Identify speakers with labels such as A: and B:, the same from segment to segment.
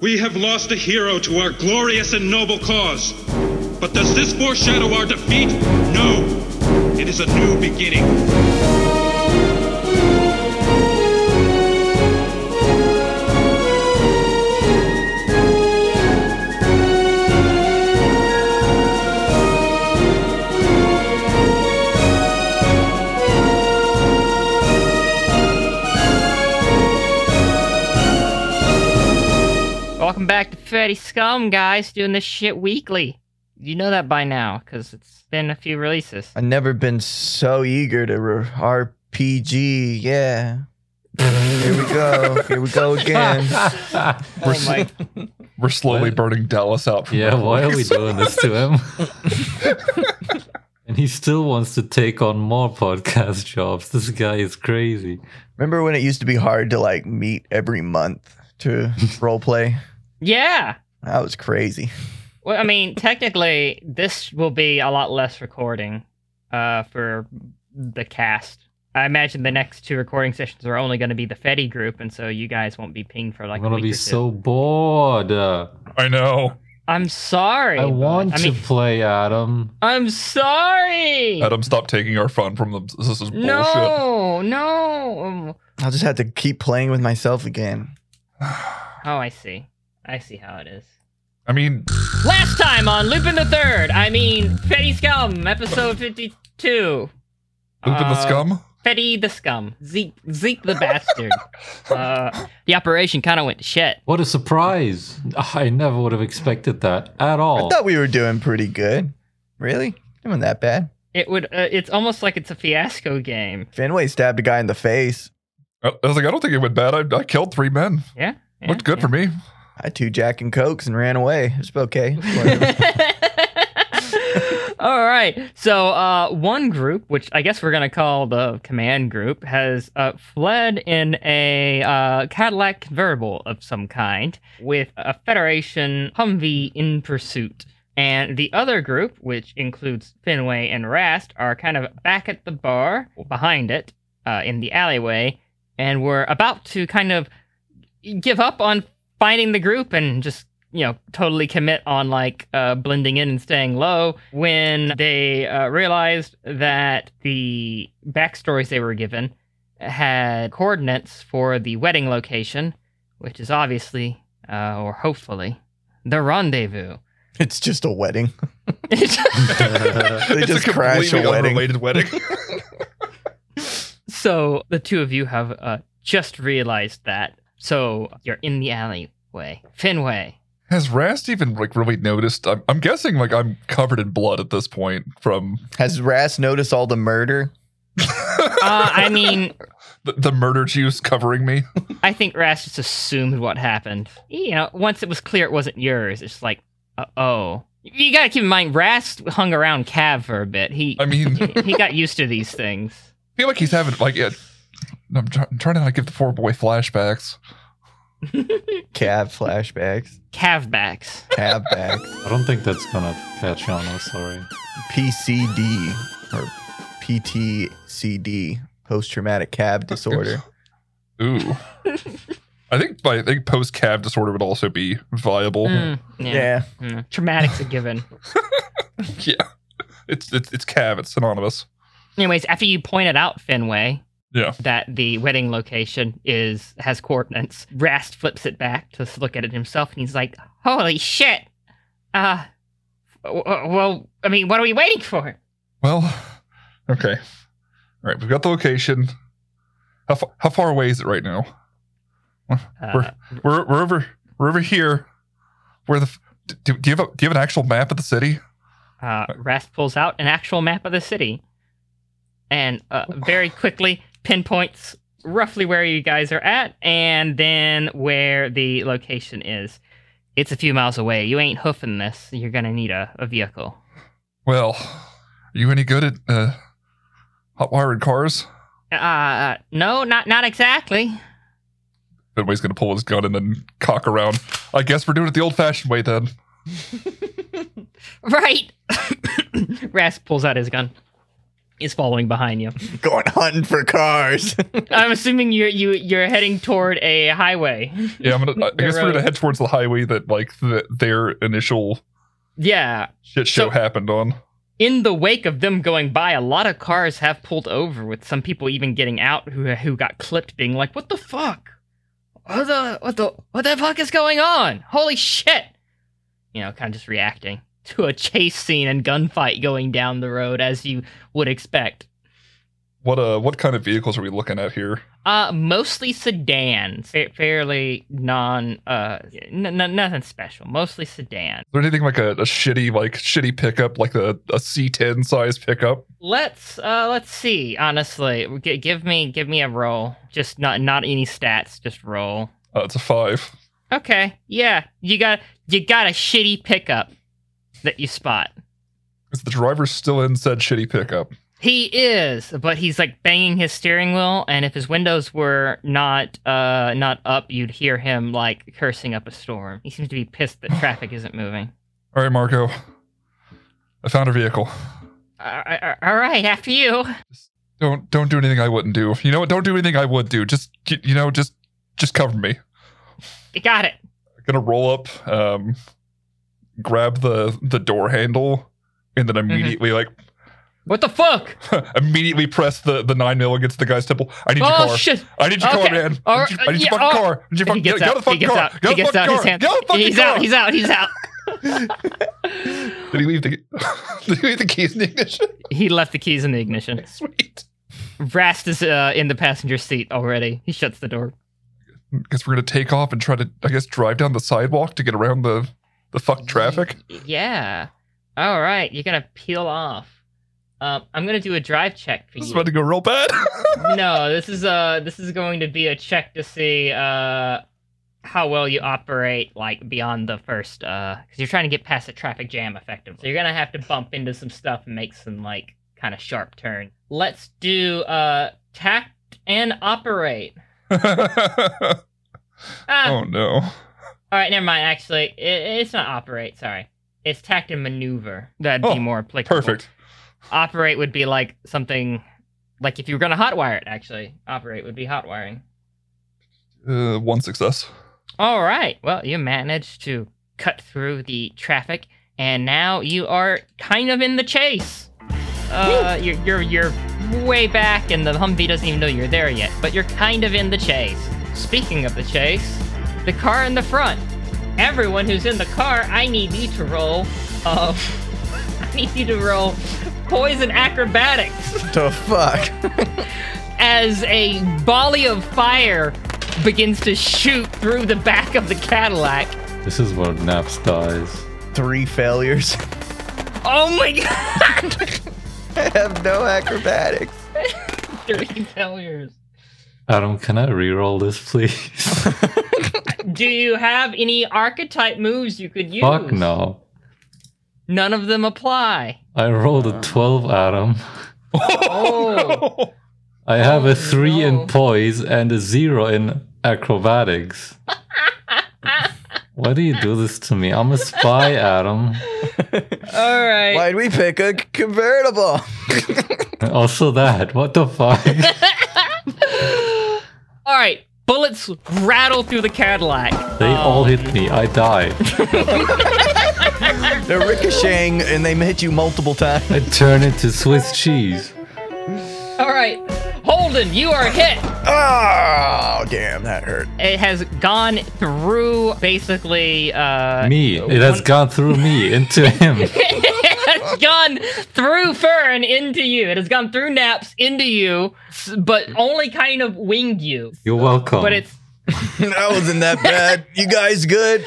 A: We have lost a hero to our glorious and noble cause. But does this foreshadow our defeat? No. It is a new beginning.
B: Welcome back to Freddy Scum, guys. Doing this shit weekly. You know that by now, because it's been a few releases.
C: I've never been so eager to re- RPG. Yeah. Here we go. Here we go again.
B: Oh my
D: We're slowly burning Dallas out. From
E: Yeah,
D: our
E: why are we
D: lives.
E: doing this to him? and he still wants to take on more podcast jobs. This guy is crazy.
C: Remember when it used to be hard to like meet every month to role play?
B: Yeah.
C: That was crazy.
B: Well, I mean, technically, this will be a lot less recording uh, for the cast. I imagine the next two recording sessions are only going to be the Fetty group, and so you guys won't be pinged for like.
E: I'm
B: a
E: gonna
B: week
E: be
B: or two.
E: so bored. Uh,
D: I know.
B: I'm sorry.
E: I
B: but-
E: want
B: I mean,
E: to play Adam.
B: I'm sorry.
D: Adam, stop taking our fun from them. This is bullshit.
B: No, no.
C: I'll just have to keep playing with myself again.
B: Oh, I see. I see how it is.
D: I mean,
B: Last time on Lupin the Third, I mean Fetty Scum, episode fifty-two.
D: Lupin the
B: Uh,
D: Scum.
B: Fetty the Scum, Zeke, Zeke the bastard. uh, the operation kind of went to shit.
E: What a surprise! I never would have expected that at
C: I
D: Oh.
E: all.
C: thought we were doing pretty good. Really? Doing that bad?
B: It would. Uh, it's almost like it's a fiasco game.
C: Fenway stabbed a guy in the face.
D: I I was like, I don't think it went bad. I, I killed three men.
B: Yeah. yeah
D: Looked good for me.
C: I had two Jack and Cokes and ran away. It's okay. It's whatever.
B: All right. So uh, one group, which I guess we're gonna call the command group, has uh, fled in a uh, Cadillac convertible of some kind with a Federation Humvee in pursuit. And the other group, which includes Finway and Rast, are kind of back at the bar, behind it, uh, in the alleyway, and we're about to kind of give up on finding the group and just you know totally commit on like uh, blending in and staying low when they uh, realized that the backstories they were given had coordinates for the wedding location which is obviously uh, or hopefully the rendezvous
C: it's just a wedding. They
D: it's
C: just
D: a
C: crash
D: completely
C: a wedding.
D: unrelated wedding.
B: so the two of you have uh, just realized that so you're in the alleyway finway
D: Has Rast even like really noticed? I'm, I'm guessing like I'm covered in blood at this point from
C: Has Ras noticed all the murder?
B: uh, i mean
D: the, the murder juice covering me.
B: I think Rast just assumed what happened. You know, once it was clear it wasn't yours, it's like, uh oh. You gotta keep in mind, Rast hung around Cav for a bit. He
D: I mean, I
B: he got used to these things.
D: feel like he's having like yeah. I'm, try- I'm trying to not give the poor boy flashbacks.
C: Cab flashbacks.
B: Cavbacks.
C: Cab backs.
E: I don't think that's gonna catch on. I'm sorry.
C: PCD or PTCD, post traumatic cab disorder.
D: Ooh. I think I think post cab disorder would also be viable.
B: Mm,
C: Yeah.
B: yeah. mm. Traumatic's a given.
D: Yeah. It's, it's it's cab, it's synonymous.
B: Anyways, after you pointed out Finway
D: Yeah.
B: that the wedding location is has coordinates, Rast flips it back to look at it himself, and he's like, "Holy shit! Uh, w- w- well, I mean, what are we waiting for?"
D: Well, okay. All right, we've got the location. How, fa- how far away is it right now?
B: Uh,
D: We're, we're, we're over we're over here. Where the f- do, do you have a, do you have an actual map of the city?
B: Uh, Rast pulls out an actual map of the city and uh, very quickly pinpoints roughly where you guys are at and then where the location is. It's a few miles away. You ain't hoofing this. You're going to need a, a vehicle.
D: Well, are you any good at uh, hot wiring cars?
B: Uh, Uh, no, not not exactly.
D: Fenway's gonna pull his gun and then cock around. I guess we're doing it the old-fashioned way then.
B: Right. Rast pulls out his gun. is following behind you.
C: Going hunting for cars.
B: I'm assuming you're you you're heading toward a highway.
D: Yeah, I'm gonna. I, I
B: The
D: guess we're gonna
B: road.
D: head towards the highway that like the, their initial
B: Yeah.
D: shit show
B: So-
D: happened on.
B: In the wake of them going by, a lot of cars have pulled over, with some people even getting out who who got clipped, being like, "What the fuck? What the what the what the fuck is going on? Holy shit!" You know, kind of just reacting to a chase scene and gunfight going down the road as you would expect.
D: What uh, what kind of vehicles are we looking at here?
B: Uh, mostly sedans, Fa- fairly non uh, n- n- nothing special. Mostly sedans.
D: Is there anything like a, a shitty like shitty pickup, like a, a C10 size pickup?
B: Let's uh let's see. Honestly, G- give me give me a roll. Just not not any stats. Just roll.
D: Uh, it's a five.
B: Okay. Yeah. You got you got a shitty pickup that you spot.
D: Is the driver still in said shitty pickup?
B: He is, but he's like banging his steering wheel, and if his windows were not uh not up, you'd hear him like cursing up a storm. He seems to be pissed that traffic isn't moving.
D: All right, Marco. I found her vehicle.
B: All right, all right after you.
D: Don't don't do anything I wouldn't do. You know what? Don't do anything I would do. Just you you know, just just cover me.
B: You got it.
D: gonna roll up, um, grab the the door handle, and then immediately
B: What the fuck?
D: like immediately press the the nine mil against the guy's temple. I need your
B: Oh
D: car.
B: shit.
D: I need your
B: Okay.
D: car, man.
B: All
D: I
B: right.
D: need your, I need
B: Yeah,
D: your fucking
B: oh.
D: car. I need
B: he
D: your fucking,
B: gets out.
D: get, get the fucking
B: he gets
D: car.
B: out. he
D: Get the
B: gets
D: fucking
B: out.
D: car.
B: His hands.
D: Get the fucking
B: he's
D: car.
B: out. He's out. He's out.
D: Did he leave the Did he leave the keys in the ignition?
B: He left the keys in the ignition.
D: Sweet.
B: Rast is uh, in the passenger seat already. He shuts the door.
D: Because we're gonna take off and try to, I guess, drive down the sidewalk to get around the the fuck traffic.
B: Yeah. All right. You're gonna peel off. Um, I'm gonna do a drive check for
D: This is
B: you.
D: about to go real bad.
B: no, this is uh this is going to be a check to see uh how well you operate like beyond the first uh because you're trying to get past a traffic jam effectively. So you're gonna have to bump into some stuff and make some like kind of sharp turn. Let's do uh tact and operate. Ah,
D: oh no.
B: All right, never mind. Actually, it, it's not operate. Sorry, it's tact and maneuver. That'd
D: Oh,
B: be more applicable.
D: Perfect.
B: Operate would be like something, like if you were gonna hotwire it. Actually, operate would be hotwiring.
D: Uh, one success.
B: All right. Well, you managed to cut through the traffic, and now you are kind of in the chase. Uh, you're, you're you're way back, and the Humvee doesn't even know you're there yet. But you're kind of in the chase. Speaking of the chase, the car in the front. Everyone who's in the car, I need you to roll. Uh, I need you to roll poison acrobatics
C: the fuck?
B: as a volley of fire begins to shoot through the back of the Cadillac.
E: This is where Naps dies.
C: Three failures.
B: Oh my god!
C: I have no acrobatics.
B: Three failures.
E: Adam, can I reroll this, please?
B: Do you have any archetype moves you could use?
E: Fuck no.
B: None of them apply.
E: I rolled
B: Uh.
E: a 12, Adam.
B: Oh,
E: I have
B: Oh,
E: a
B: no.
E: 3 in poise and a 0 in acrobatics. Why do you do this to me? I'm a spy, Adam.
B: all right.
C: Why'd we pick a convertible?
E: Also, that. What the fuck?
B: All right. Bullets rattle through the Cadillac.
E: They all hit me. I die.
C: They're ricocheting and they hit you multiple times.
E: I turn into Swiss cheese.
B: All right. Holden, you are hit.
C: Oh, damn, that hurt.
B: It has gone through basically uh,
E: Me. It has gone through me into him.
B: it has gone through Fern into you. It has gone through Naps into you, s- but only kind of winged you.
E: You're welcome.
B: But it's
C: that wasn't that bad. You guys good?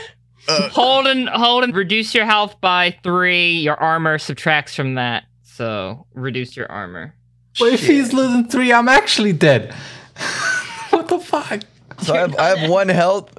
B: Holden. Holden, reduce your health by three. Your armor subtracts from that, so reduce your armor.
E: But if he's losing three, I'm actually dead. what the fuck?
C: So I have, I have one health.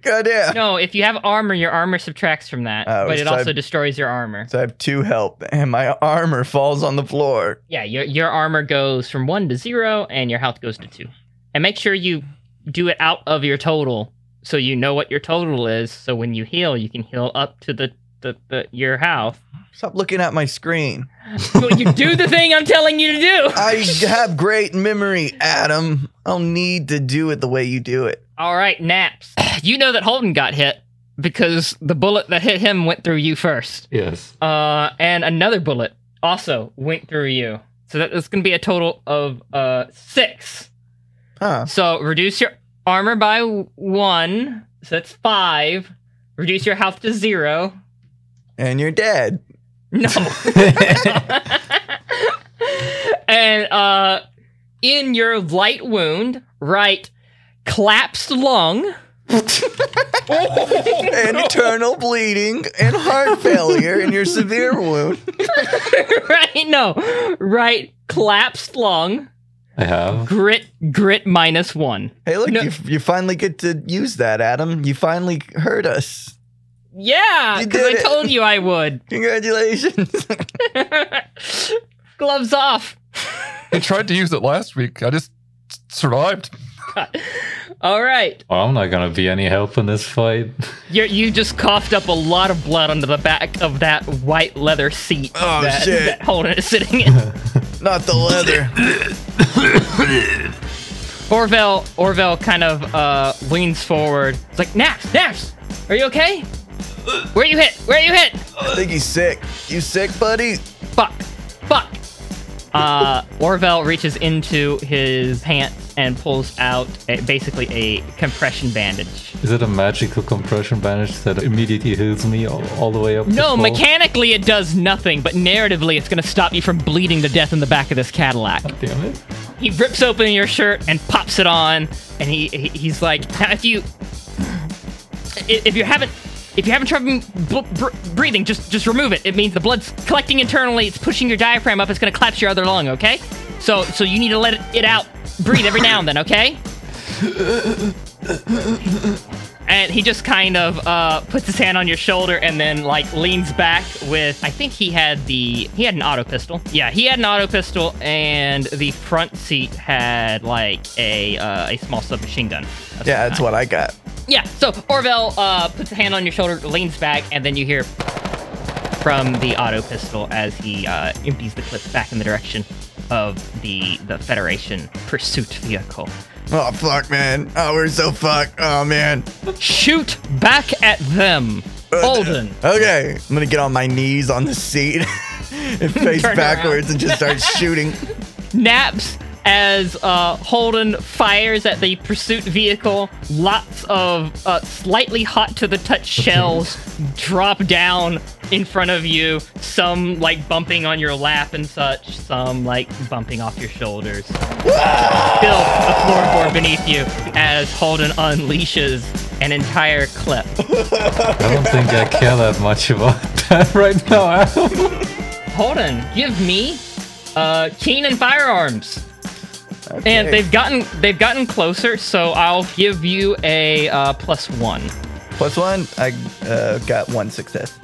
C: God damn.
B: No, if you have armor, your armor subtracts from that,
C: Oh,
B: but it
C: so
B: also
C: I-
B: destroys your armor.
C: So I have two health, and my armor falls on the floor.
B: Yeah, your your armor goes from one to zero, and your health goes to two. And make sure you do it out of your total, so you know what your total is. So when you heal, you can heal up to the the, the your house.
C: Stop looking at my screen.
B: Will you do the thing I'm telling you to do?
C: I have great memory, Adam. I'll need to do it the way you do it.
B: All right, naps. You know that Holden got hit because the bullet that hit him went through you first.
E: Yes.
B: Uh, and another bullet also went through you. So that is going to be a total of uh six.
C: Huh.
B: So reduce your armor by w- one. So that's five. Reduce your health to zero.
C: And you're dead.
B: No. and uh, in your light wound, right collapsed lung.
C: And eternal bleeding and heart failure and your severe wound.
B: right? No, right collapsed lung.
E: I have.
B: Grit, grit minus one.
C: Hey, look,
B: No.
C: you, you finally get to use that, Adam. You finally heard us.
B: Yeah,
C: You
B: because
C: did
B: I
C: it.
B: told you I would.
C: Congratulations.
B: Gloves off.
D: I tried to use it last week. I just survived.
B: All right,
E: Or I'm not gonna be any help in this fight.
B: you you just coughed up a lot of blood onto the back of that white leather seat.
C: Oh,
B: that,
C: shit.
B: That Holden is sitting in.
C: Not the leather.
B: Orville, Orville kind of uh, leans forward. It's like, Naps, Naps, are you okay? Where you hit? Where you hit?
C: I think he's sick. You sick, buddy?
B: Fuck, fuck. Uh, Orville reaches into his pants and pulls out a, basically a compression bandage.
E: Is it a magical compression bandage that immediately heals me all, all the way up? to
B: No,
E: full?
B: mechanically it does nothing, but narratively it's gonna stop you from bleeding to death in the back of this Cadillac.
E: Damn it.
B: He rips open your shirt and pops it on, and he, he he's like, "Now, if you i- if you haven't if you haven't trouble bl- br- breathing, just just remove it. It means the blood's collecting internally. It's pushing your diaphragm up. It's gonna collapse your other lung. Okay, so so you need to let it, it out. Breathe every now and then. Okay. And he just kind of uh, puts his hand on your shoulder and then like leans back with I think he had the he had an auto pistol. Yeah, he had an auto pistol and the front seat had like a uh, a small submachine gun. of
C: Yeah,
B: some
C: that's
B: kind.
C: what I got.
B: Yeah. So Orville uh, puts a hand on your shoulder, leans back, and then you hear from the auto pistol as he uh, empties the clip back in the direction of the the Federation pursuit vehicle.
C: Oh, fuck, man. Oh, we're so fucked. Oh, man.
B: Shoot back at them, Alden.
C: Okay. I'm going to get on my knees on the seat and face
B: Turn
C: backwards and just start shooting.
B: naps as uh, Holden fires at the pursuit vehicle. Lots of uh, slightly hot to the touch shells drop down in front of you. Some like bumping on your lap and such. Some like bumping off your shoulders. Spill the floorboard beneath you as Holden unleashes an entire clip.
E: I don't think I care that much about that right now. Adam.
B: Holden, give me uh, Keenan firearms. And they've gotten they've gotten closer, so I'll give you a uh, plus one.
C: Plus one, I uh, got one success.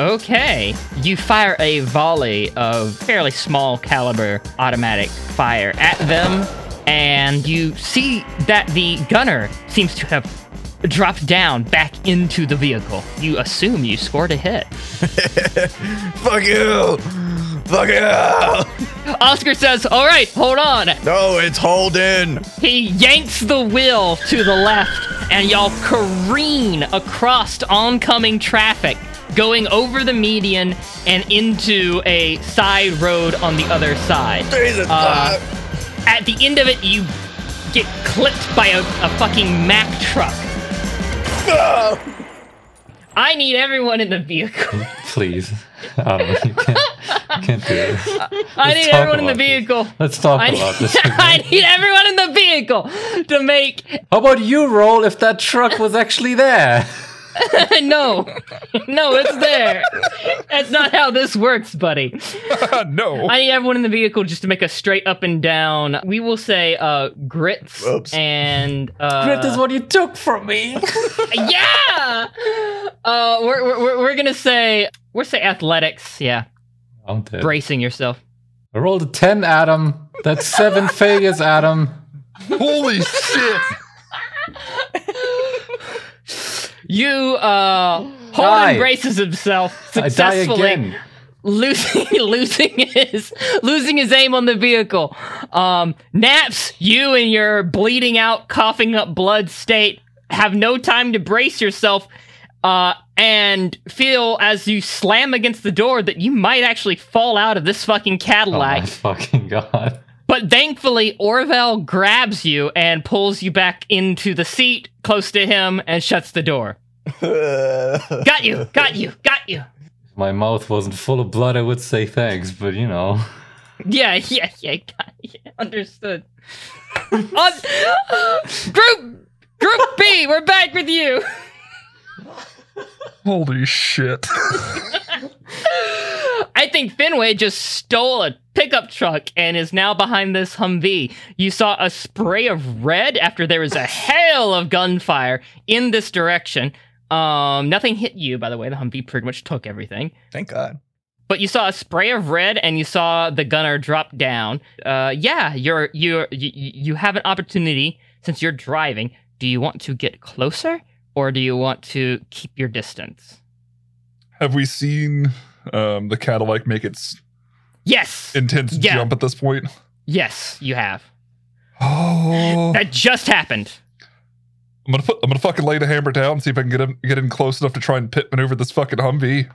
B: Okay, you fire a volley of fairly small caliber automatic fire at them, and you see that the gunner seems to have dropped down back into the vehicle. You assume you scored a hit.
C: Fuck you! Fuck you!
B: Oscar says, "All right, hold on."
C: No, it's Holden!
B: He yanks the wheel to the left, and y'all careen across oncoming traffic, going over the median and into a side road on the other side.
C: Jesus
B: Uh,
C: fuck!
B: At the end of it, you get clipped by a, a fucking Mack truck.
C: No!
B: I need everyone in the vehicle.
E: Please. Adam, you can't, you can't do this.
B: I
E: Let's
B: need
E: talk
B: everyone in the
E: about this.
B: vehicle.
E: Let's talk
B: I
E: about
B: need,
E: this.
B: I need everyone in the vehicle to make
E: How about you roll if that truck was actually there?
B: Uh, no, no, it's there. That's not how this works, buddy.
D: no.
B: I need everyone in the vehicle just to make a straight up and down. We will say uh grits
C: Oops.
B: and uh,
E: what you took from me.
B: yeah. Uh, we're, we're- we're we're gonna say we're say athletics. Yeah,
E: I'm dead.
B: bracing yourself.
E: I rolled a 10, Adam. That's seven failures, Adam.
D: Holy shit.
B: You uh Holden
E: Die.
B: braces himself
E: I die
B: successfully,
E: again.
B: losing losing his losing his aim on the vehicle. Um, Naps, you in your bleeding out, coughing up blood state have no time to brace yourself, uh, and feel as you slam against the door that you might actually fall out of this fucking
E: Oh
B: Cadillac.
E: my fucking god.
B: But thankfully, Orville grabs you and pulls you back into the seat close to him and shuts the door. Got you, got you, got you.
E: If my mouth wasn't full of blood, I would say thanks, but you know.
B: Yeah, yeah, yeah, got you. Understood. Un- group Group B, we're back with you.
D: Holy shit.
B: I think Finway just stole a pickup truck and is now behind this Humvee. You saw a spray of red after there was a hail of gunfire in this direction. Um, nothing hit you, by the way. The Humvee pretty much took everything.
C: Thank God.
B: But you saw a spray of red, and you saw the gunner drop down. Uh, yeah, you're you're you, you have an opportunity since you're driving. Do you want to get closer, or do you want to keep your distance?
D: Have we seen um, the Cadillac make its
B: Yes,
D: intense
B: Yeah.
D: jump at this point?
B: yes, you have.
D: Oh,
B: That just happened.
D: I'm gonna put, I'm gonna fucking lay the hammer down and see if I can get in, get in close enough to try and pit maneuver this fucking Humvee.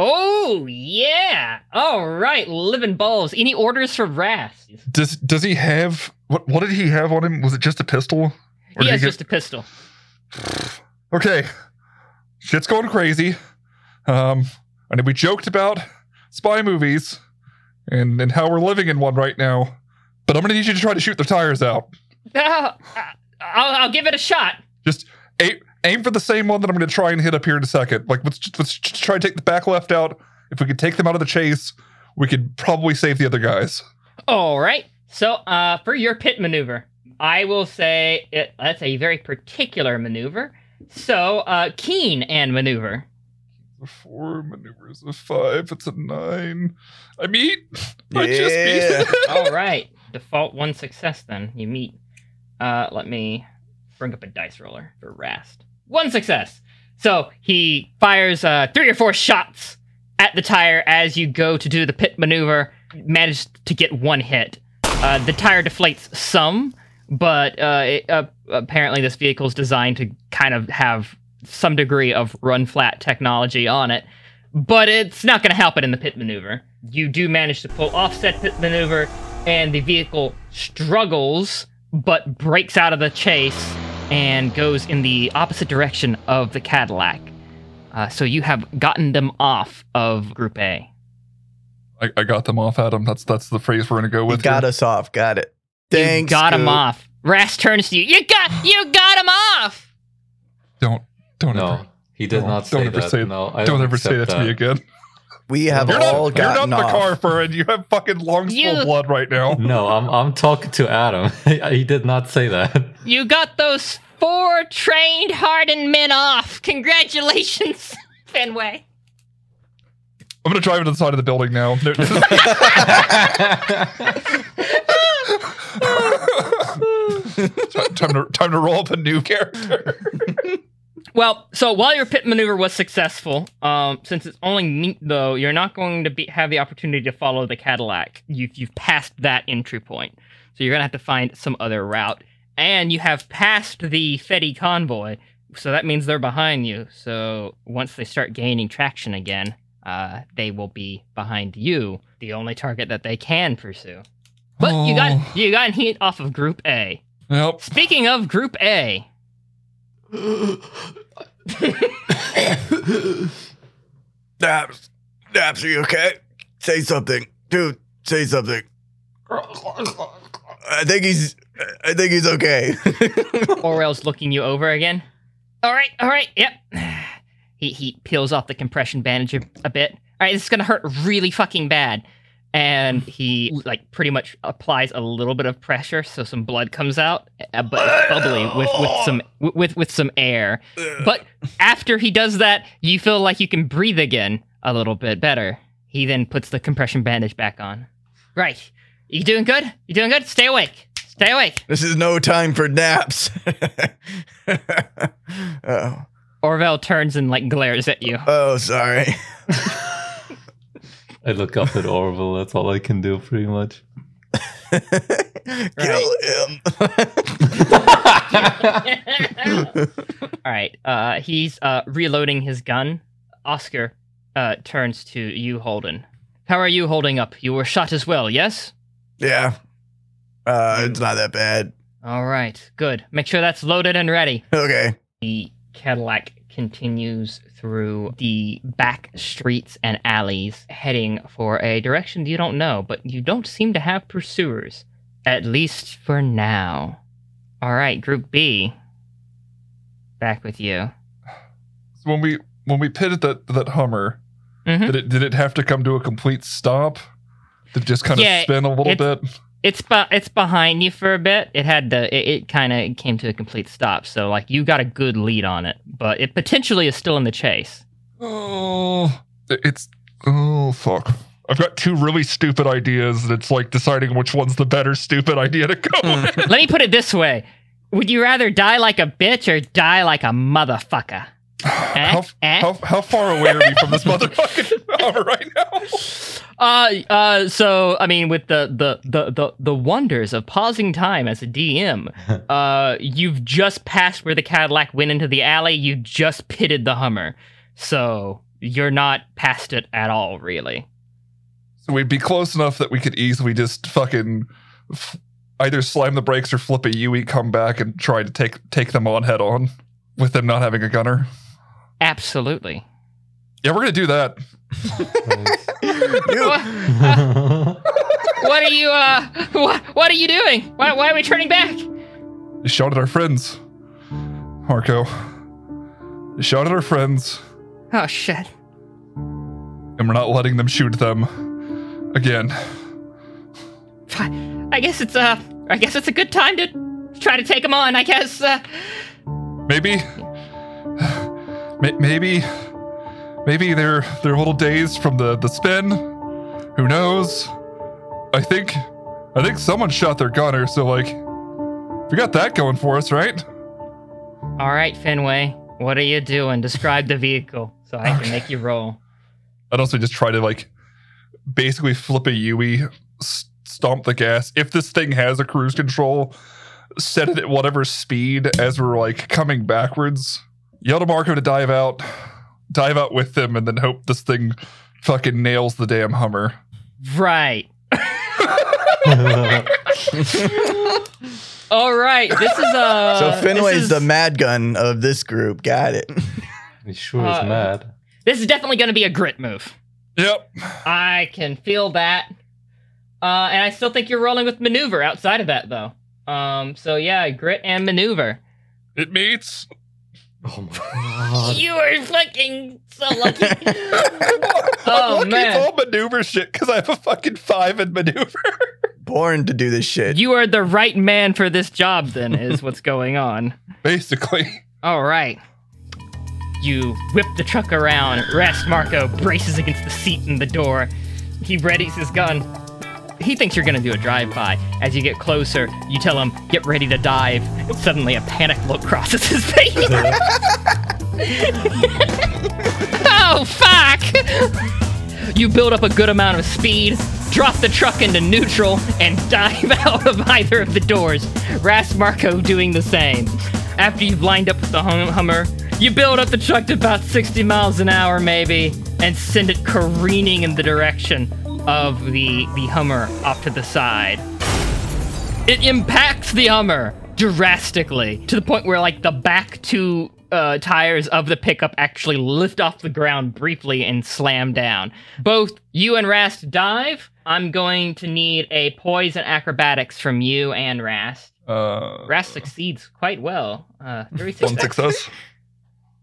B: Oh yeah! All right, living balls. Any orders for Rast?
D: Does does he have what what did he have on him? Was it just a pistol?
B: He
D: Or did
B: has
D: get-
B: just a pistol.
D: Okay. Shit's going crazy. Um, I know we joked about spy movies and, and how we're living in one right now, but I'm going to need you to try to shoot their tires out.
B: Ah, ah, I'll, I'll give it a shot.
D: Aim, aim for the same one that I'm going to try and hit up here in a second. Like, let's, just- let's just try to take the back left out. If we could take them out of the chase, we could probably save the other guys.
B: All right. So, uh, for your pit maneuver, I will say it, that's a very particular maneuver. So, uh, keen and maneuver.
D: A four maneuvers a five. It's a nine. I meet. I just
C: Yeah.
D: meet.
B: All right. Default one success. Then you meet. Uh, let me bring up a dice roller for Rast. One success. So he fires uh, three or four shots at the tire as you go to do the pit maneuver. Managed to get one hit. Uh, the tire deflates some, but uh, it, uh, apparently this vehicle is designed to kind of have some degree of run flat technology on it but it's not going to help it in the pit maneuver. You do manage to pull off said pit maneuver, and the vehicle struggles but breaks out of the chase and goes in the opposite direction of the Cadillac. Uh, so you have gotten them off of Group A.
D: I, I got them off, Adam. That's that's the phrase we're going to go
C: We
D: with.
C: got us off. Got it.
B: you
C: Thanks.
B: got them
C: Scoop.
B: off. Ras turns to you. You got you got them off.
D: Don't don't ever
E: No, he did
D: Don't-
E: not say
D: don't ever
E: that.
D: say-
E: no, I
D: don't, ever say that
E: accept
D: to me again.
C: We have
D: You're
C: all
D: not, you're not
C: gotten
D: in the
C: off.
D: car, Fred. You have fucking long
B: You-
D: spill blood right now.
E: No, I'm I'm talking to Adam. he did not say that.
B: You got those four trained, hardened men off. Congratulations, Fenway.
D: I'm gonna drive to the side of the building now. No- Ti- time to time to roll up a new character.
B: Well, so while your pit maneuver was successful, um, since it's only meat though, you're not going to be, have the opportunity to follow the Cadillac. You've, you've passed that entry point, so you're gonna have to find some other route. And you have passed the Fetty convoy, so that means they're behind you. So once they start gaining traction again, uh, they will be behind you, the only target that they can pursue. But you got you got hit off of Group A.
D: Yep.
B: Speaking of Group A,
C: Naps. Naps, are you okay? Say something. Dude, say something. I think he's I think he's okay.
B: Orel's looking you over again. All right, all right, yep. He he peels off the compression bandage a, a bit. All right, this is gonna hurt really fucking bad. And he like pretty much applies a little bit of pressure, so some blood comes out, uh, but it's bubbly with with some with- with with some air. But after he does that, you feel like you can breathe again a little bit better. He then puts the compression bandage back on. Right, you doing good? You doing good? Stay awake. Stay awake.
C: this is no time for naps. oh.
B: Orville turns and like glares at you.
C: Oh, sorry.
E: I look up at Orville. That's all I can do, pretty much.
C: Kill him.
B: All right. Uh, he's uh, reloading his gun. Oscar uh, turns to you, Holden. How are you holding up? You were shot as well, yes?
C: yeah. Uh, it's not that bad.
B: All right. Good. Make sure that's loaded and ready.
C: Okay.
B: The Cadillac continues through the back streets and alleys, heading for a direction you don't know, but you don't seem to have pursuers, at least for now. All right, Group B, back with you.
D: when we when we pitted that that Hummer,
B: Mhm.
D: did it did it have to come to a complete stop? Did it just kind of
B: Yeah,
D: spin a little
B: it's-
D: bit?
B: It's be- it's behind you for a bit. It had the it, it kind of came to a complete stop, so like you got a good lead on it, but it potentially is still in the chase.
D: Oh, it's oh fuck. I've got two really stupid ideas, and it's like deciding which one's the better stupid idea to go with.
B: Let me put it this way: Would you rather die like a bitch or die like a motherfucker?
D: Eh? how, how, how far away are we from this motherfucking Hummer right now?
B: Uh, uh, so I mean, with the the the the, the wonders of pausing time as a DM, uh, you've just passed where the Cadillac went into the alley. You just pitted the Hummer, so you're not past it at all, really.
D: So we'd be close enough that we could easily just fucking f- either slam the brakes or flip a UE, come back and try to take take them on head on with them not having a gunner.
B: Absolutely.
D: Yeah, we're gonna do that.
C: You,
B: What are you? Uh, what what are you doing? Why why are we turning back?
D: They shot at our friends, Marco. They shot at our friends,
B: Oh shit!
D: and we're not letting them shoot them again.
B: I guess it's uh, I guess it's a good time to try to take him on. I guess. Uh,
D: Maybe, may- maybe, maybe they're they're a little dazed from the the spin. Who knows? I think, I think someone shot their gunner. So like, we got that going for us, right?
B: all right, Fenway. What are you doing? Describe the vehicle so I can make you roll.
D: I'd also just try to like basically flip a Yui, s- stomp the gas. If this thing has a cruise control, set it at whatever speed as we're like coming backwards. Yell to Marco to dive out, dive out with them, and then hope this thing fucking nails the damn Hummer.
B: Right. All right. This is uh.
C: so Fenway's
B: this is,
C: the mad gun of this group. Got it.
E: he sure is
B: Uh,
E: mad.
B: This is definitely going to be a grit move.
D: Yep.
B: I can feel that. Uh, and I still think you're rolling with maneuver outside of that though. Um. So yeah, grit and maneuver.
D: It meets.
E: Oh my god.
B: You are fucking so lucky. Oh,
D: I'm lucky
B: man.
D: it's all maneuver shit because I have a fucking five in maneuver.
C: Born to do this shit.
B: you are the right man for this job, then, is what's going on.
D: Basically.
B: All right. You whip the truck around. Rest Marco braces against the seat and the door. He readies his gun. He thinks you're gonna do a drive-by. As you get closer, you tell him, get ready to dive. Suddenly a panic look crosses his face. oh fuck! You build up a good amount of speed, drop the truck into neutral, and dive out of either of the doors. Ras Marco doing the same. After you've lined up with the hum- Hummer, you build up the truck to about 60 miles an hour, maybe, and send it careening in the direction of the, the Hummer off to the side. It impacts the Hummer drastically to the point where, like, the back two uh, tires of the pickup actually lift off the ground briefly and slam down. Both you and Rast dive. I'm going to need a poise and acrobatics from you and Rast.
D: Uh,
B: Rast succeeds quite well. Uh, three
D: one
B: success.
D: success.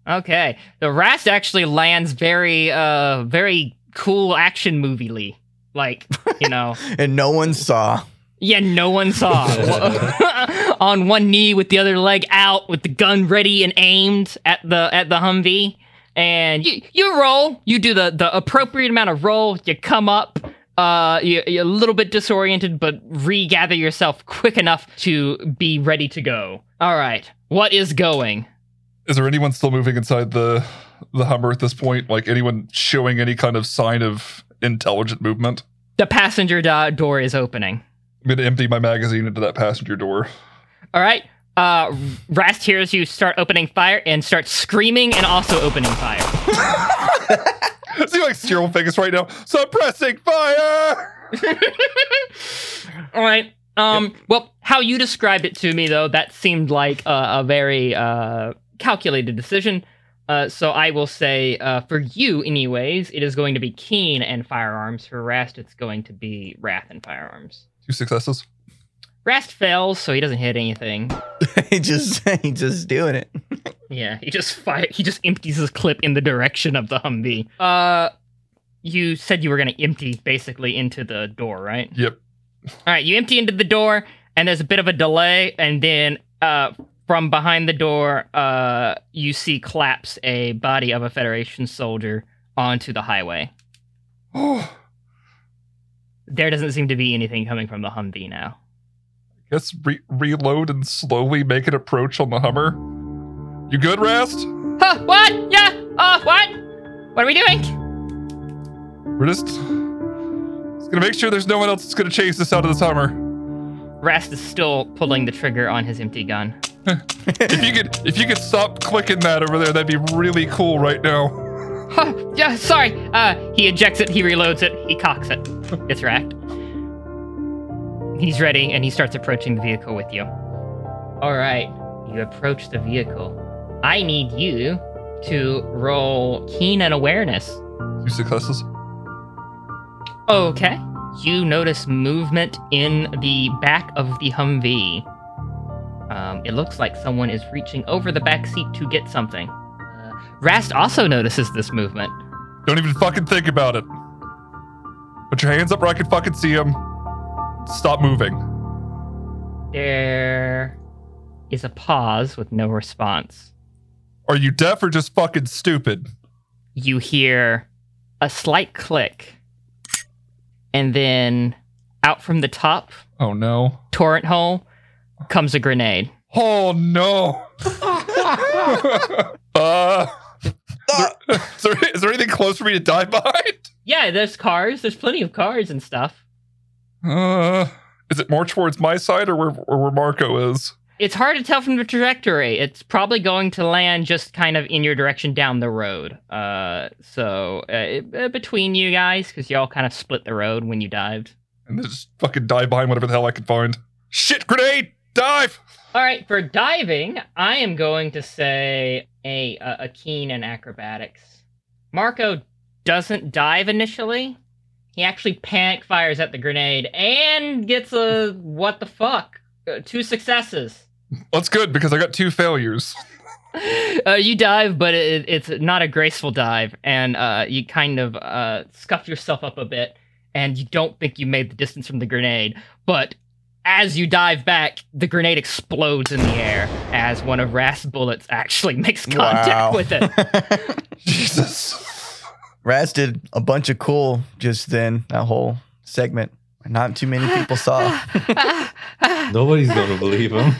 B: Okay, the Rast actually lands very, uh, very cool action moviely. Like, you know,
C: and no one saw.
B: yeah, no one saw. On one knee with the other leg out, with the gun ready and aimed at the at the Humvee, and you you roll. You do the the appropriate amount of roll. You come up. Uh, you, you're a little bit disoriented, but regather yourself quick enough to be ready to go. All right, what is going?
D: Is there anyone still moving inside the the Hummer at this point? Like anyone showing any kind of sign of intelligent movement?
B: The passenger do- door is opening.
D: I'm gonna empty my magazine into that passenger door.
B: All right. Uh, Rast hears you start opening fire and starts screaming and also opening fire.
D: See like Cyril Vegas right now. Suppressing fire.
B: All right. Um. Well, how you described it to me, though, that seemed like a, a very uh, calculated decision. Uh, so I will say, uh, for you, anyways, it is going to be Keen and Firearms. For Rast, it's going to be Wrath and Firearms.
D: Two successes.
B: Rast fails, so he doesn't hit anything.
C: he just he just doing it.
B: Yeah, he just fire. He just empties his clip in the direction of the Humvee. Uh, you said you were gonna empty basically into the door, right?
D: Yep.
B: All right, you empty into the door, and there's a bit of a delay, and then uh, from behind the door, uh, you see collapse a body of a Federation soldier onto the highway.
D: Oh,
B: There doesn't seem to be anything coming from the Humvee now.
D: guess re- reload and slowly make an approach on the Hummer. You good, Rast?
B: Huh? What? Yeah. Uh, what? What are we doing?
D: We're just, just gonna make sure there's no one else that's gonna chase us out of this Hummer.
B: Rast is still pulling the trigger on his empty gun.
D: If you could, if you could stop clicking that over there, that'd be really cool right now.
B: Huh, yeah, sorry. Uh, he ejects it, he reloads it, he cocks it. It's racked. He's ready, and he starts approaching the vehicle with you. All right, you approach the vehicle. I need you to roll keen and awareness.
D: Two successes.
B: Okay. You notice movement in the back of the Humvee. Um, it looks like someone is reaching over the back seat to get something. Uh, Rast also notices this movement.
D: Don't even fucking think about it. Put your hands up where I can fucking see them. Stop moving.
B: There is a pause with no response.
D: Are you deaf or just fucking stupid?
B: You hear a slight click, and then out from the top
D: Oh no.
B: torrent hole comes a grenade.
D: Oh no. uh,
C: Ah,
D: is, there, is there anything close for me to die behind?
B: Yeah, there's cars. There's plenty of cars and stuff.
D: Uh, is it more towards my side or where, or where Marco is?
B: It's hard to tell from the trajectory. It's probably going to land just kind of in your direction down the road. Uh, so uh, it- uh, between you guys, because y'all kind of split the road when you dived.
D: And then just fucking dive behind whatever the hell I can find. Shit, grenade! Dive!
B: All right, for diving, I am going to say a a, a keen and acrobatics. Marco doesn't dive initially. He actually panic fires at the grenade and gets a what the fuck? Uh, two successes.
D: That's good because I got two failures.
B: Uh, you dive, but it, it's not a graceful dive, and uh, you kind of uh, scuff yourself up a bit, and you don't think you made the distance from the grenade. But as you dive back, the grenade explodes in the air as one of Rast's bullets actually makes contact
C: wow.
B: with it.
D: Jesus.
C: Raz did a bunch of cool just then that whole segment. Not too many people saw.
E: Nobody's gonna believe him.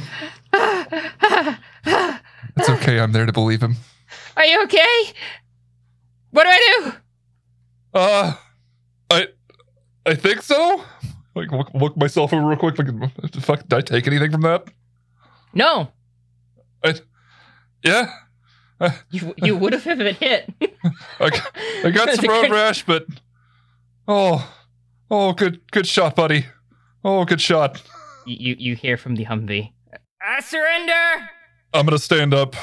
D: It's okay, I'm there to believe him.
B: Are you okay? What do I do?
D: Uh, I, I think so. Like, look, look myself over real quick. Like, fuck, did I take anything from that?
B: No,
D: Yeah,
B: you you would have if it hit.
D: I, g- I got some
B: The
D: road
B: grenade-
D: rash, but oh, oh, good, good shot, buddy. Oh, good shot.
B: you you hear from the Humvee. I surrender.
D: I'm gonna stand up,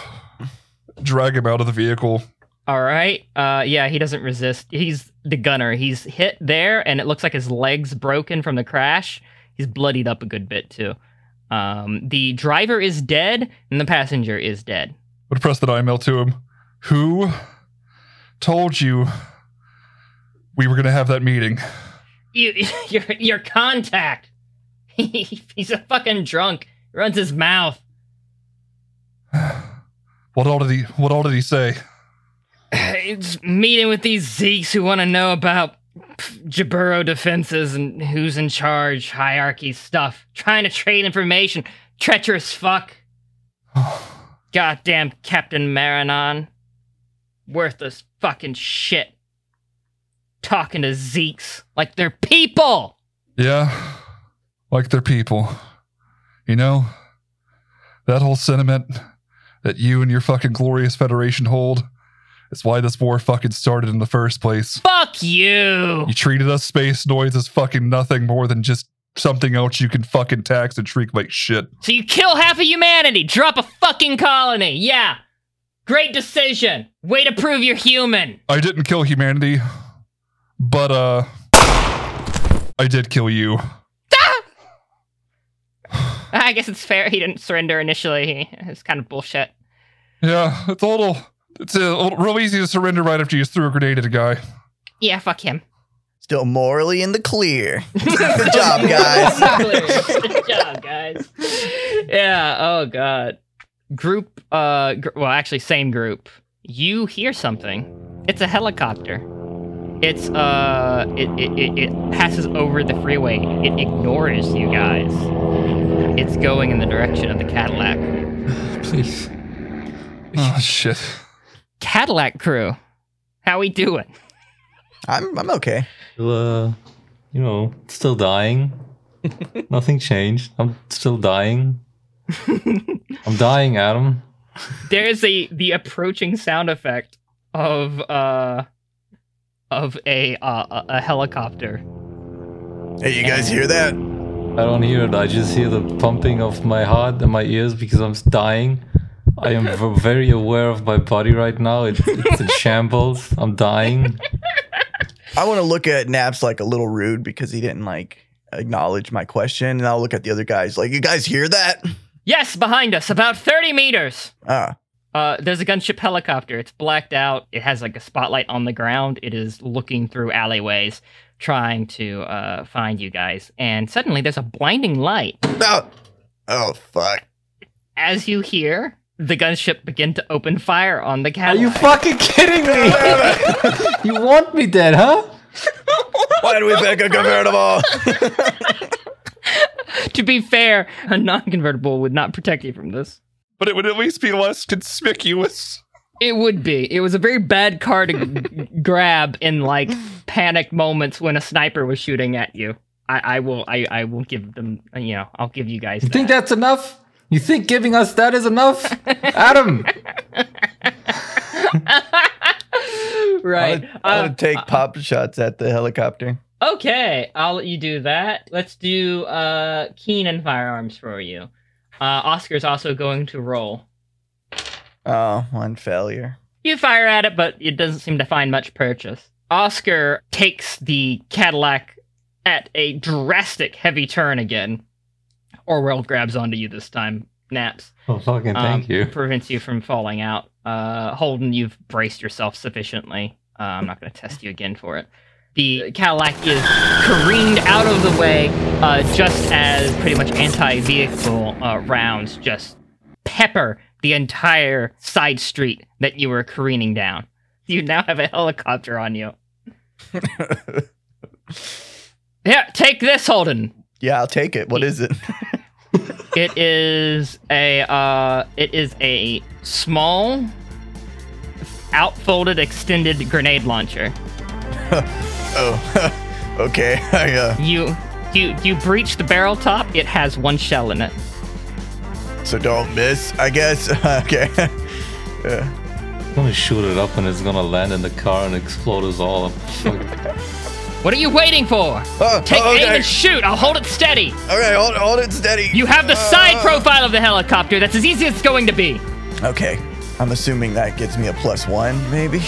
D: drag him out of the vehicle.
B: All right. Uh, yeah, he doesn't resist. He's the gunner. He's hit there, and it looks like his legs broken from the crash. He's bloodied up a good bit too. Um, the driver is dead, and the passenger is dead.
D: would press that IML to him. Who told you we were going to have that meeting?
B: You, your, your contact. He's a fucking drunk. Runs his mouth.
D: What all did he? What all did he say?
B: It's meeting with these Zeeks who want to know about pff, Jaburo defenses and who's in charge, hierarchy stuff. Trying to trade information. Treacherous fuck. Goddamn Captain Marinon. Worthless fucking shit. Talking to Zeke's like they're people.
D: Yeah, like they're people. You know, that whole sentiment that you and your fucking glorious Federation hold is why this war fucking started in the first place.
B: Fuck you.
D: You treated us space noise as fucking nothing more than just something else you can fucking tax and treat like shit.
B: So you kill half of humanity, drop a fucking colony. Yeah. Great decision. Way to prove you're human.
D: I didn't kill humanity, but uh, I did kill you.
B: I guess it's fair. He didn't surrender initially. He, it's kind of bullshit.
D: Yeah, it's a little, it's a little, real easy to surrender right after you just threw a grenade at a guy.
B: Yeah, fuck him.
C: Still morally in the clear. Good job, guys.
B: Good job, guys. Yeah. Oh god. Group. Uh. Gr- well, actually, same group. You hear something? It's a helicopter. It's uh. It it it, it passes over the freeway. It ignores you guys. It's going in the direction of the Cadillac.
E: Please.
D: Oh shit.
B: Cadillac crew. How we doing?
C: I'm I'm okay.
E: Still, uh, you know, still dying. Nothing changed. I'm still dying. I'm dying, Adam.
B: there is a the approaching sound effect of uh of a uh, a- a helicopter.
C: Hey, you guys hear that?
E: I don't hear it. I just hear the pumping of my heart and my ears because I'm dying. I am v- very aware of my body right now. It, it's in shambles. I'm dying.
C: I want to look at Naps like a little rude because he didn't like acknowledge my question, and I'll look at the other guys like, you guys hear that?
B: Yes, behind us, about thirty meters.
C: Ah,
B: Uh, there's a gunship helicopter. It's blacked out. It has like a spotlight on the ground. It is looking through alleyways, trying to uh, find you guys. And suddenly, there's a blinding light.
C: oh, oh, fuck.
B: As you hear the gunship begin to open fire on the
E: Are you
B: Cadillac.
E: fucking kidding me? you want me dead, huh?
C: Why do we pick a convertible?
B: to be fair, a non-convertible would not protect you from this.
D: But it would at least be less conspicuous.
B: It would be. It was a very bad car to g- grab in like panic moments when a sniper was shooting at you. I, I will. I, I will give them. You know, I'll give you guys.
E: You think
B: that.
E: that's enough? You think giving us that is enough? Adam!
C: I
B: right.
C: would, I
B: Uh,
C: would take pop shots at the helicopter.
B: okay. I'll let you do that. Let's do uh, keen and firearms for you. Uh, Oscar's also going to roll.
C: Oh, one failure.
B: You fire at it, but it doesn't seem to find much purchase. Oscar takes the Cadillac at a drastic heavy turn again. Orwell grabs onto you this time, naps.
E: Oh, fucking thank
B: um,
E: you.
B: Prevents you from falling out. Uh, Holden, you've braced yourself sufficiently. Uh, I'm not going to test you again for it. The Cadillac is careened out of the way, uh, just as pretty much anti-vehicle uh, rounds just pepper the entire side street that you were careening down. You now have a helicopter on you. yeah, take this, Holden.
C: Yeah, I'll take it. What is it?
B: It is a uh, it is a small, outfolded, extended grenade launcher.
C: Oh, okay. I, uh,
B: You you you breach the barrel top. It has one shell in it.
C: so don't miss, I guess. okay. Yeah.
E: I'm gonna shoot it up and it's gonna land in the car and explode us all up. Fuck.
B: What are you waiting for?
C: Oh,
B: Take
C: okay.
B: aim and shoot. I'll hold it steady.
C: okay, hold, hold it steady.
B: You have the
C: Uh,
B: side profile of the helicopter. That's as easy as it's going to be.
C: Okay. I'm assuming that gets me a plus one, maybe.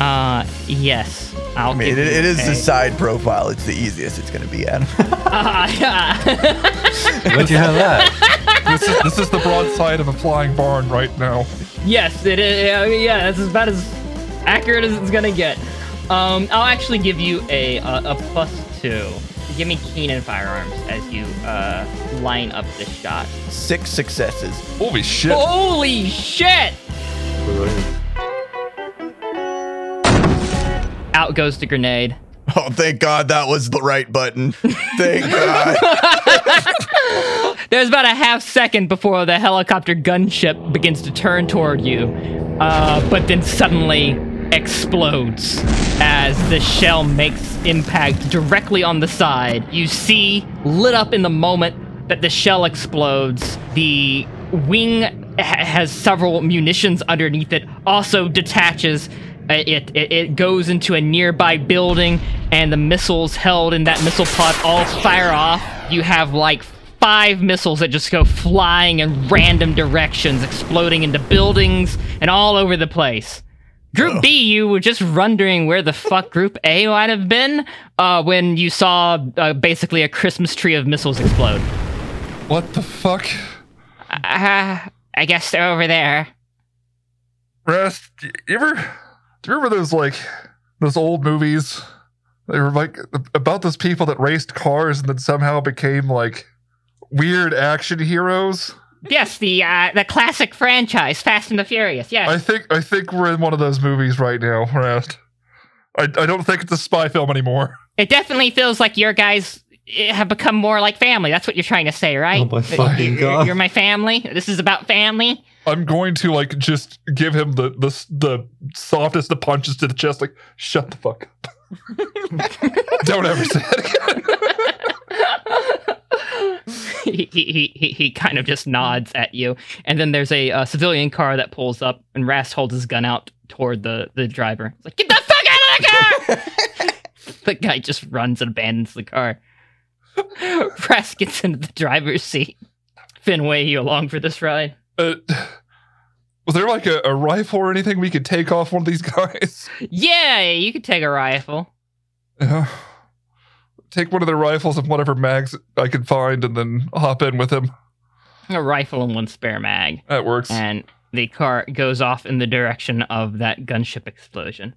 B: Uh, yes. I'll
C: I mean, it,
B: give
C: it
B: you
C: is the
B: a-
C: side profile. It's the easiest it's going to be, Adam.
B: Ah, yeah.
E: Where'd you have that?
D: This is, this is the broadside of a flying barn right now.
B: yes, it is. Yeah, I mean, yeah, that's about as accurate as it's gonna get. Um, I'll actually give you a uh, a, a plus two. Give me keen and firearms as you uh line up this shot.
C: Six successes.
D: Holy shit.
B: Oh. Holy shit! Out goes the grenade.
C: Oh, thank God that was the right button. Thank God.
B: There's about a half second before the helicopter gunship begins to turn toward you, uh, but then suddenly explodes as the shell makes impact directly on the side. You see, lit up in the moment that the shell explodes, the wing ha- has several munitions underneath it, also detaches. Uh, It, it it goes into a nearby building, and the missiles held in that missile pod all fire off. You have like five missiles that just go flying in random directions, exploding into buildings and all over the place. Group B, you were just wondering where the fuck Group A might have been uh, when you saw uh, basically a Christmas tree of missiles explode.
D: What the fuck?
B: Uh, I guess they're over there.
D: Rest. You ever? Do you remember those like those old movies? They were like about those people that raced cars and then somehow became like weird action heroes.
B: Yes, the uh, the classic franchise, Fast and the Furious. Yes.
D: I think I think we're in one of those movies right now, Rest. I, I don't think it's a spy film anymore.
B: It definitely feels like your guys eh, have become more like family. That's what you're trying to say, right?
E: Oh my
B: That
E: fucking
B: you're-
E: God.
B: You're my family. This is about family.
D: I'm going to like just give him the the the softest of punches to the chest. Like, shut the fuck up. Don't ever say that again.
B: he, he, he, he kind of just nods at you. And then there's a uh, civilian car that pulls up, and Rast holds his gun out toward the, the driver. He's like, Get the fuck out of the car! the guy just runs and abandons the car. Rast gets into the driver's seat. Finn, weigh you along for this ride.
D: Uh, was there like a, a rifle or anything we could take off one of these guys?
B: Yeah, you could take a rifle.
D: Yeah. Take one of their rifles and whatever mags I could find, and then hop in with him.
B: A rifle and one spare mag.
D: That works.
B: and the car goes off in the direction of that gunship explosion.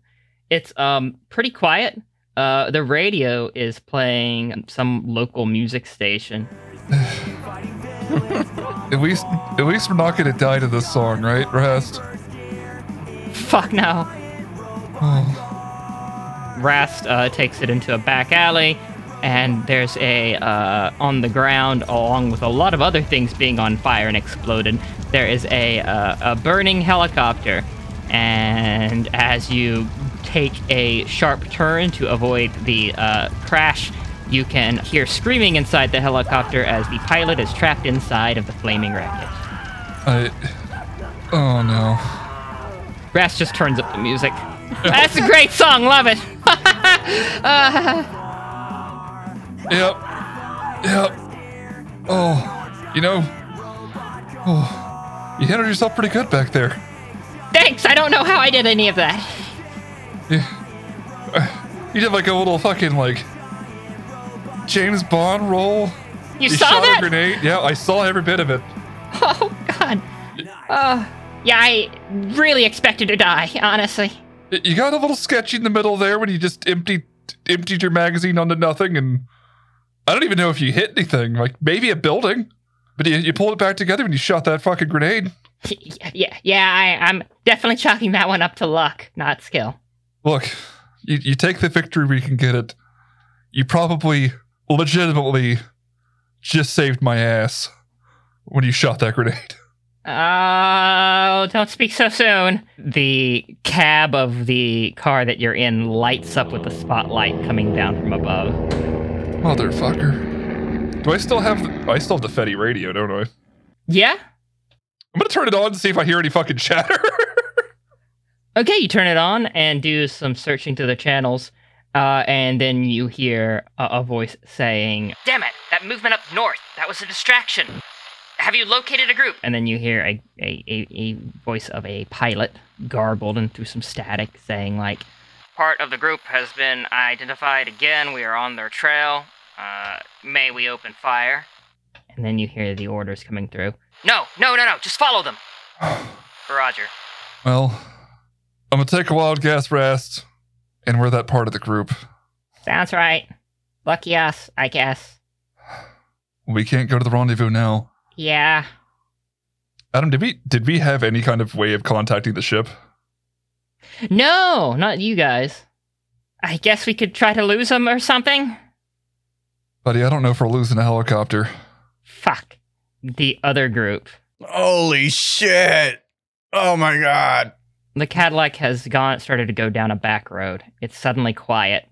B: It's um pretty quiet. Uh, the radio is playing some local music station.
D: At least, at least we're not gonna die to this song, right? Rest.
B: Fuck no. Rast uh, takes it into a back alley, and there's a uh, on the ground, along with a lot of other things being on fire and exploded. There is a uh, a burning helicopter, and as you take a sharp turn to avoid the uh, crash, you can hear screaming inside the helicopter as the pilot is trapped inside of the flaming wreckage.
D: I. Oh no.
B: Rast just turns up the music. That's a great song, love it.
D: Yep. Yep. Oh, you know, oh, you handled yourself pretty good back there.
B: Thanks. I don't know how I did any of that.
D: You did like a little fucking like James Bond roll.
B: You, saw
D: shot
B: that?
D: a grenade. Yeah, I saw every bit of it.
B: Oh God. Oh, yeah. I really expected to die, honestly.
D: Y- You got a little sketchy in the middle there when you just emptied emptied your magazine onto nothing, and I don't even know if you hit anything. Like maybe a building, but you, you pulled it back together when you shot that fucking grenade.
B: Yeah, yeah. yeah I, I'm definitely chalking that one up to luck, not skill.
D: look, you, you take the victory where you can get it. You probably legitimately just saved my ass when you shot that grenade.
B: Oh, don't speak so soon. The cab of the car that you're in lights up with the spotlight coming down from above.
D: Motherfucker. Do I still have the, I still have the Fetty radio, don't I? I'm
B: Yeah.
D: gonna turn it on to see if I hear any fucking chatter.
B: Okay, you turn it on and do some searching to the channels, uh, and then you hear a, a voice saying, "Damn it! That movement up north. That was a distraction. Have you located a group?" And then you hear a a, a, a voice of a pilot, garbled and through some static, saying like, "Part of the group has been identified again. We are on their trail. Uh, may we open fire?" And then you hear the orders coming through. No, no, no, no! Just follow them. Roger.
D: well, I'm gonna take a wild gas rest, and we're that part of the group.
B: Sounds right. Lucky us, I guess.
D: We can't go to the rendezvous now.
B: Yeah.
D: Adam, did we did we have any kind of way of contacting the ship?
B: No, not you guys. I guess we could try to lose them or something.
D: Buddy, I don't know if we're losing a helicopter.
B: Fuck. The other group.
C: Holy shit. Oh my god.
B: The Cadillac has gone started to go down a back road. It's suddenly quiet.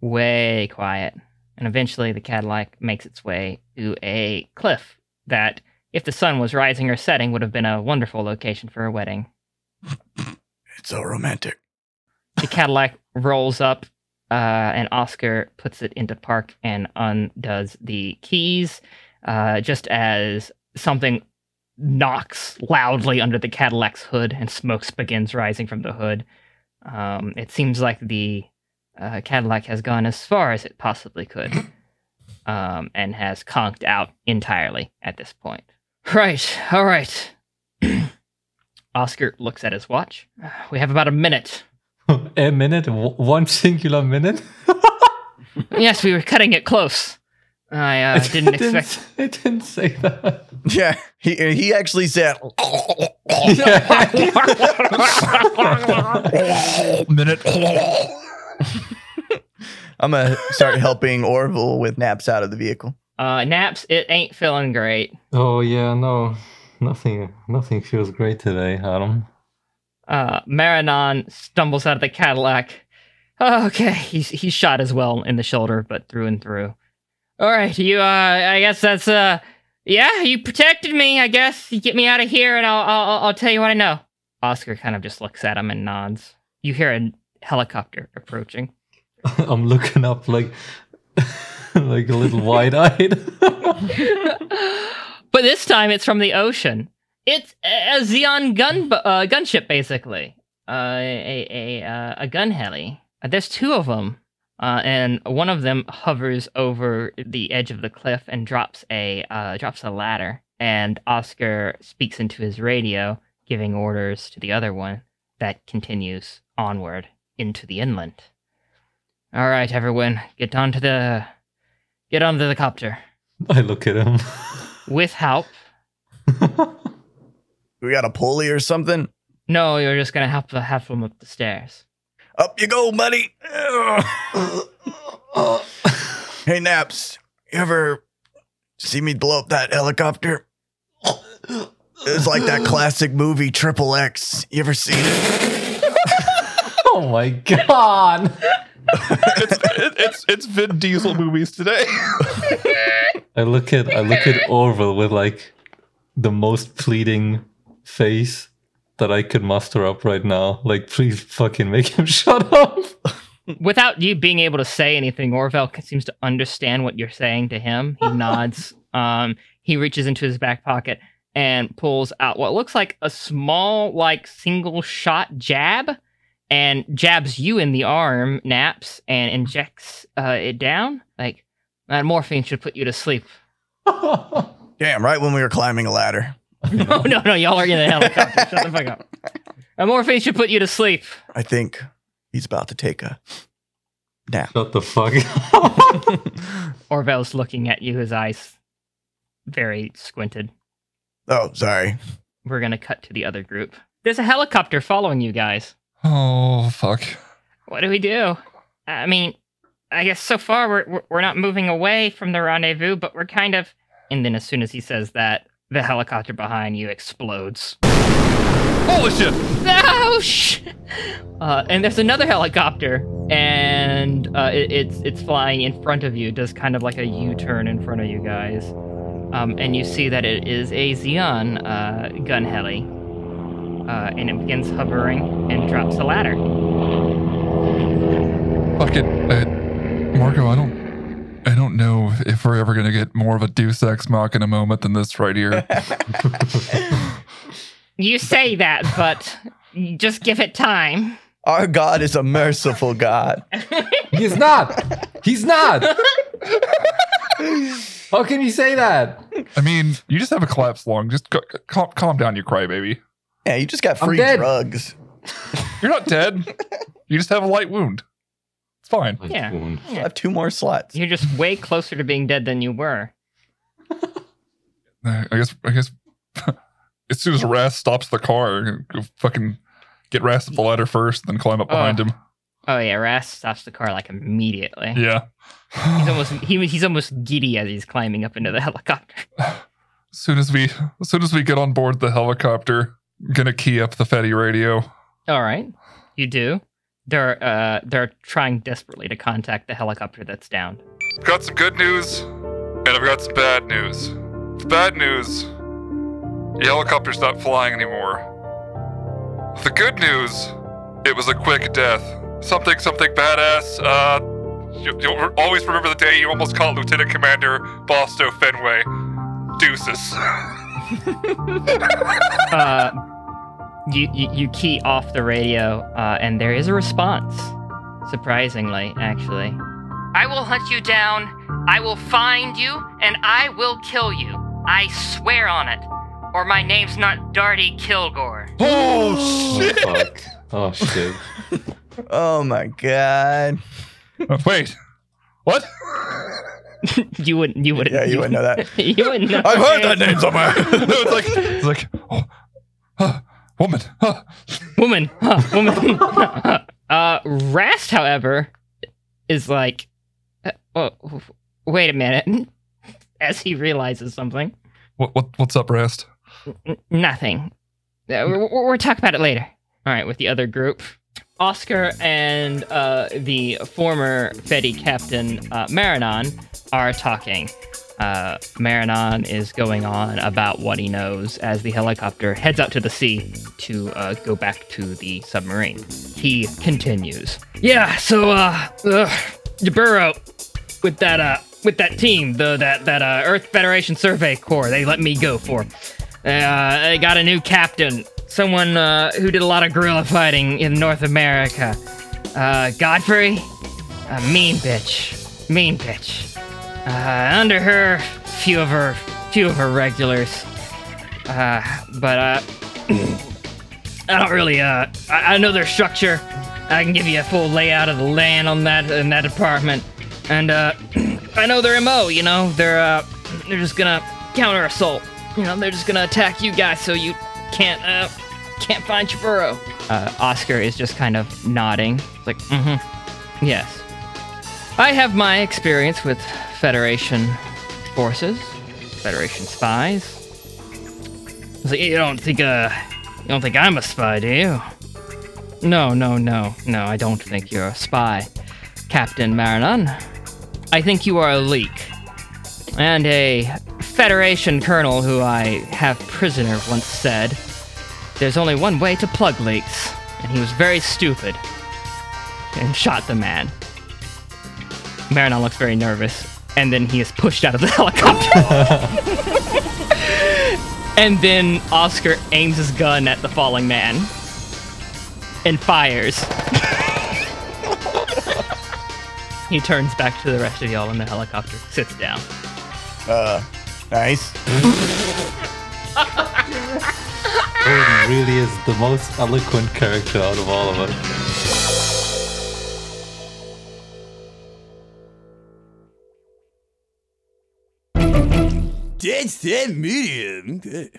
B: Way quiet. And eventually the Cadillac makes its way to a cliff that if the sun was rising or setting would have been a wonderful location for a wedding.
C: It's so romantic.
B: The Cadillac rolls up, uh, and Oscar puts it into park and undoes the keys, uh, just as something knocks loudly under the Cadillac's hood and smoke begins rising from the hood. Um, it seems like the uh, Cadillac has gone as far as it possibly could um, and has conked out entirely at this point. Right, all right. Oscar looks at his watch. We have about a minute.
E: a minute, W- one singular minute.
B: yes, we were cutting it close. I uh, didn't expect.
E: I didn't say that.
C: Yeah. He he actually said
D: Minute.
C: I'm gonna start helping Orville with naps out of the vehicle.
B: Uh, naps, it ain't feeling great.
E: oh yeah, no, nothing, nothing feels great today, Adam.
B: Uh, Marinon stumbles out of the Cadillac. Oh, Okay, he's he's shot as well in the shoulder, but through and through. All right, you. Uh, I guess that's uh, yeah, you protected me. I guess you get me out of here, and I'll I'll I'll- I'll tell you what I know. Oscar kind of just looks at him and nods. You hear a helicopter approaching.
E: I'm looking up like, like a little wide-eyed.
B: but this time it's from the ocean. It's a a Xeon gun uh, gunship, basically. Uh, a a uh, a gun heli. Uh, There's two of them, uh, and one of them hovers over the edge of the cliff and drops a uh, drops a ladder. And Oscar speaks into his radio, giving orders to the other one that continues onward into the inland. All right, everyone, get onto the get onto the copter
E: I look at him.
B: with help.
C: We got a pulley or something.
B: No, you're just gonna have to have them up the stairs.
C: Up you go, buddy.
E: Oh,
C: hey naps, you ever see me blow up that helicopter? It's like that classic movie Triple X. You ever seen it?
E: Oh my god!
D: it's, it, it's it's Vin Diesel movies today.
E: I look at I look at Orville with like the most pleading face that I could muster up right now. Like, please fucking make him shut up.
B: Without you being able to say anything, Orville c- seems to understand what you're saying to him. He nods. Um, he reaches into his back pocket and pulls out what looks like a small, like single shot jab, and jabs you in the arm, naps, and injects uh, it down. Like that morphine should put you to sleep.
C: Damn, right when we were climbing a ladder.
B: No, no, no, y'all are in the helicopter. Shut the fuck up. A morphine should put you to sleep.
C: I think he's about to take a nap.
E: Shut the fuck up.
B: Orvel's looking at you, his eyes very squinted.
C: Oh, sorry.
B: We're gonna cut to the other group. There's a helicopter following you guys.
D: oh fuck.
B: What do we do? I mean, I guess so far we're we're- we're not moving away from the rendezvous, but we're kind of. And then as soon as he says that, the helicopter behind you explodes.
D: Holy shit!
B: Oh sh! Uh, and there's another helicopter, and uh, it, it's it's flying in front of you. It does kind of like a U-turn in front of you guys, um, and you see that it is a Xeon uh, gun heli, uh, and it begins hovering and drops a ladder.
D: Fuck it, uh, Marco. I don't I don't know if we're ever gonna get more of a Deus Ex Machina moment than this right here.
B: You say that, but just give it time.
C: Our God is a merciful God.
E: He's not. He's not. How can you say that?
D: I mean, you just have a collapse long. Just c- c- calm, calm down, you crybaby.
C: Yeah, you just got
E: I'm
C: free
E: dead.
C: drugs.
D: You're not dead. you just have a light wound. It's fine.
B: Yeah.
C: I have two more slots.
B: You're just way closer to being dead than you were.
D: Uh, I guess. I guess. as soon as Rast stops the car, go fucking get Rast up the ladder first, then climb up behind
B: Uh.
D: him.
B: Oh yeah, Rast stops the car like immediately.
D: Yeah.
B: He's almost he, he's almost giddy as he's climbing up into the helicopter.
D: As soon as we as soon as we get on board the helicopter, I'm gonna key up the Fetty radio.
B: All right, you do. They're uh they're trying desperately to contact the helicopter that's down.
D: I've got some good news, and I've got some bad news. The bad news, the helicopter's not flying anymore. The good news, it was a quick death. Something, something badass. Uh, you, will always remember the day you almost caught Lieutenant Commander Bosto Fenway. Deuces.
B: Uh, you, you you key off the radio, uh, and there is a response. Surprisingly, actually. I will hunt you down. I will find you, and I will kill you. I swear on it. Or my name's not Darty Kilgore.
C: Oh
E: Oh fuck. Oh shit.
C: Oh my god.
D: Uh, Wait, what?
B: you wouldn't. You wouldn't.
C: Yeah, you wouldn't know that.
B: you wouldn't know.
C: I've heard that name somewhere.
D: no, it's like it's like, oh, huh, woman. huh.
B: Woman. Huh, woman. uh, Rast, however, is like, uh, oh, wait a minute. As he realizes something.
D: What, what what's up, Rest?
B: N- nothing. Uh, we- we- We'll talk about it later. All right, with the other group. Oscar and uh, the former Fetty captain uh, Marinon are talking. Uh, Marinon is going on about what he knows as the helicopter heads out to the sea to uh, go back to the submarine. He continues. Yeah, so, uh, uh DeBurro, with that uh with that team the that that uh, Earth Federation Survey Corps they let me go for. Uh, they got a new captain, someone uh, who did a lot of guerrilla fighting in North America. Uh, Godfrey, a mean bitch, mean bitch. Uh, under her, few of her few of her regulars. Uh, but uh, I don't really. Uh, I, I know their structure. I can give you a full layout of the land on that in that department, and uh, I know their mo. You know, they're uh, they're just gonna counter assault. You know, they're just gonna attack you guys so you can't uh, can't find your burrow. Uh, Oscar is just kind of nodding. It's like, mm-hmm, yes. I have my experience with Federation forces, Federation spies. So you don't think uh you don't think I'm a spy, do you? No, no, no, no, I don't think you're a spy, Captain Marinon. I think you are a leak. And a Federation colonel who I have prisoner once said, There's only one way to plug leaks, and he was very stupid. And shot the man. Marinon looks very nervous, and then he is pushed out of the helicopter. And then Oscar aims his gun at the falling man and fires. he turns back to the rest of y'all in the helicopter, sits down.
C: Uh, nice.
E: Odin really is the most eloquent character out of all of us.
F: Dead set medium. Good.